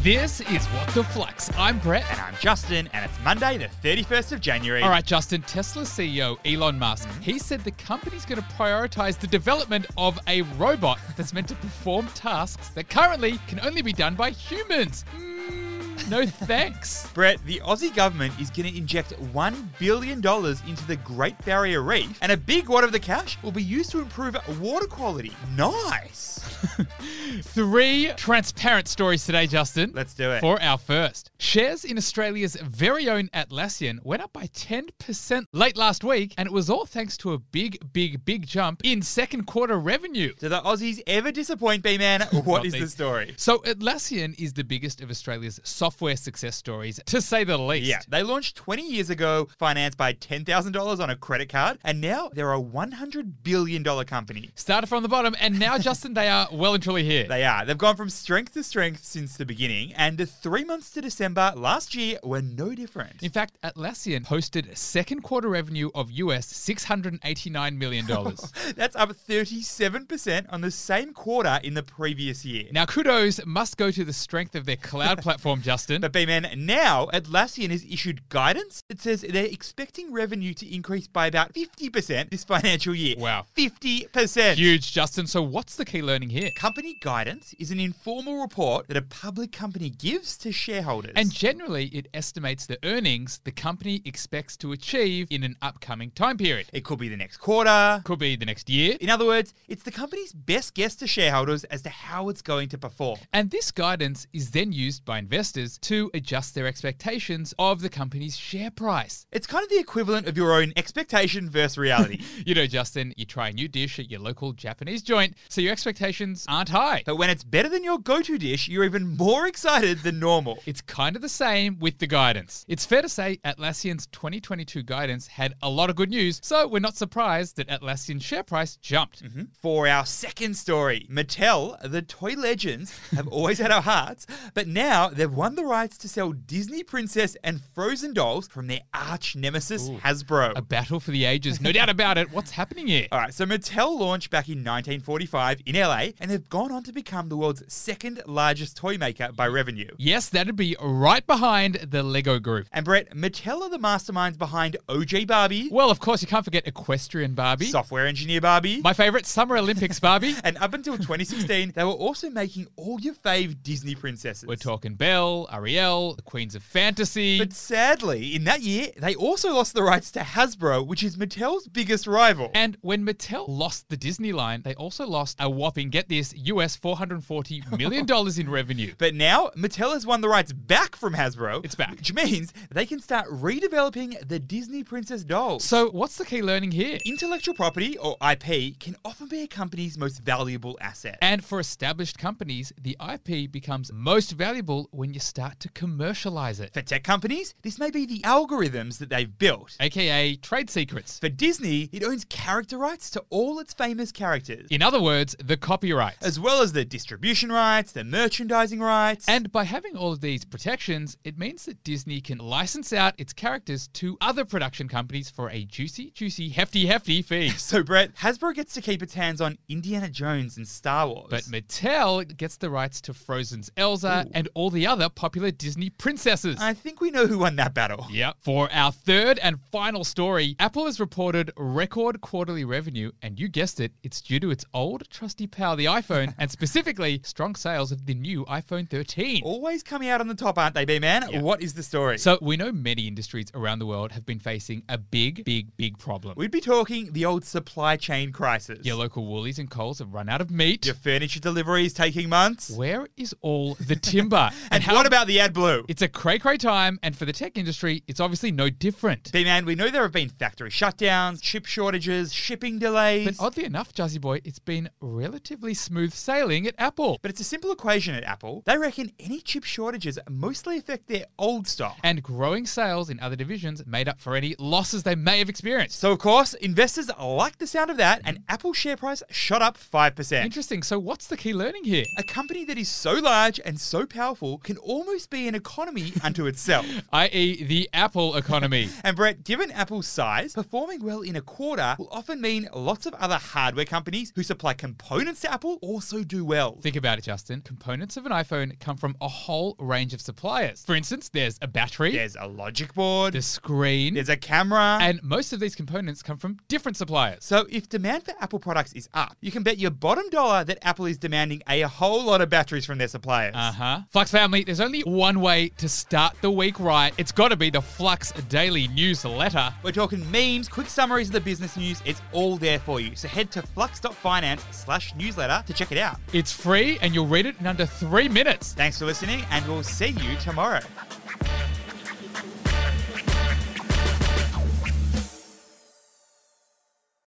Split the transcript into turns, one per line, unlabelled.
This is What the Flux. I'm Brett.
And I'm Justin, and it's Monday, the 31st of January.
All right, Justin, Tesla CEO Elon Musk, he said the company's going to prioritize the development of a robot that's meant to perform tasks that currently can only be done by humans. Mm, no thanks.
Brett, the Aussie government is going to inject $1 billion into the Great Barrier Reef, and a big wad of the cash will be used to improve water quality. Nice.
Three transparent stories today, Justin.
Let's do it.
For our first, shares in Australia's very own Atlassian went up by 10% late last week, and it was all thanks to a big, big, big jump in second quarter revenue.
Do the Aussies ever disappoint, B-Man? What is
Nothing.
the story?
So, Atlassian is the biggest of Australia's software success stories, to say the least.
Yeah, they launched 20 years ago, financed by $10,000 on a credit card, and now they're a $100 billion company.
Started from the bottom, and now, Justin, they are well and truly here.
They are. They've gone from strength to strength since the beginning, and the three months to December last year were no different.
in fact, Atlassian posted second quarter revenue of US $689 million.
That's up 37% on the same quarter in the previous year.
now, kudos must go to the strength of their cloud platform, Justin.
But B-Man, now Atlassian has issued guidance that says they're expecting revenue to increase by about 50% this financial year.
Wow.
50%.
Huge, Justin. So, what's the key learning here?
Company guidance is an informal report that a public company gives to shareholders.
And generally, it estimates the earnings the company expects to achieve in an upcoming time period.
it could be the next quarter.
Could be the next year.
In other words, it's the company's best guess to shareholders as to how it's going to perform.
And this guidance is then used by investors to adjust their expectations of the company's share price.
It's kind of the equivalent of your own expectation versus reality.
You know, Justin, you try a new dish at your local Japanese joint, so your expectations aren't high.
but when it's better than your go to dish, you're even more excited than normal.
It's kind of the same with the guidance. It's fair to say Atlassian's 2022 guidance had a lot of good news, so we're not surprised that Atlassian's share price jumped.
Mm-hmm. For our second story, Mattel, the toy legends, have always had our hearts, but now they've won the rights to sell Disney Princess and Frozen dolls from their arch nemesis, Hasbro.
A battle for the ages, no doubt about it. What's happening here?
All right, so Mattel launched back in 1945 in LA, and they've gone on to become the world's second largest toy maker by revenue.
Yes, that'd be right behind the Lego group.
And Brett, Mattel are the masterminds behind OJ Barbie,
Well, of course, you can't forget Equestrian Barbie.
software engineer Barbie,
My favorite Summer Olympics Barbie.
and up until 2016, they were also making all your fave Disney princesses.
We're talking Belle, Ariel, the Queens of Fantasy.
But sadly, in that year, they also lost the rights to Hasbro, which is Mattel's biggest rival.
and when Mattel lost the Disney line, they also lost a whopping, get this, US $440 million in revenue.
but now, Mattel has won the rights back from Hasbro.
It's back.
Which means they can start redeveloping the Disney princess dolls.
So, what's the key learning here?
Intellectual property, or IP, can often be a company's most valuable asset.
And for established companies, the IP becomes most valuable when you start to commercialize it,
For tech companies, this may be the algorithms that they've built.
aka trade secrets.
For Disney, it owns character rights to all its famous characters,
In other words, the copyrights.
as well as the distribution rights, the merchandising rights.
And by having all of these protections, it means that Disney can license out its characters to other production companies for a juicy, juicy, hefty, hefty fee.
so, Brett, Hasbro gets to keep its hands on Indiana Jones and Star Wars.
But Mattel gets the rights to Frozen's Elsa
Ooh.
and all the other popular Disney princesses.
I think we know who won that battle.
Yep. For our third and final story, Apple has reported record quarterly revenue, and you guessed it, it's due to its old trusty pal, the iPhone, and specifically strong sales of the new iPhone 13.
Always coming out on the top, aren't they, B Man? What is the story?
So we know many industries around the world have been facing a big, big, big problem.
We'd be talking the old supply chain crisis.
Your local Woolies and Coles have run out of meat.
Your furniture delivery is taking months.
Where is all the timber?
and what about the AdBlue?
It's a cray cray time, and for the tech industry, it's obviously no different.
B Man, we know there have been factory shutdowns, chip shortages, shipping delays.
But oddly enough, Jazzy Boy, it's been relatively smooth sailing at Apple.
But it's a simple equation at Apple. They reckon any chip shortages mostly affect their old stock.
And growing sales in other divisions made up for any losses they may have experienced.
So, of course, investors like the sound of that, and Apple share price shot up 5%.
Interesting. So, what's the key learning here?
A company that is so large and so powerful can almost almost be an economy unto itself.
i.e., E, the Apple economy.
And Brett, given Apple's size, performing well in a quarter will often mean lots of other hardware companies who supply components to Apple also do well.
Think about it, Justin. Components of an iPhone come from a whole range of suppliers. For instance, there's a battery,
There's a logic board,
the screen,
there's a camera,
and most of these components come from different suppliers.
So if demand for Apple products is up, you can bet your bottom dollar that Apple is demanding a whole lot of batteries from their suppliers.
Uh huh. Flux family, there's only one way to start the week right. It's got to be the Flux Daily Newsletter.
We're talking memes, quick summaries of the business news. It's all there for you. So head to flux.finance slash newsletter to check it out.
It's free and you'll read it in under three minutes.
Thanks for listening, and we'll see you tomorrow.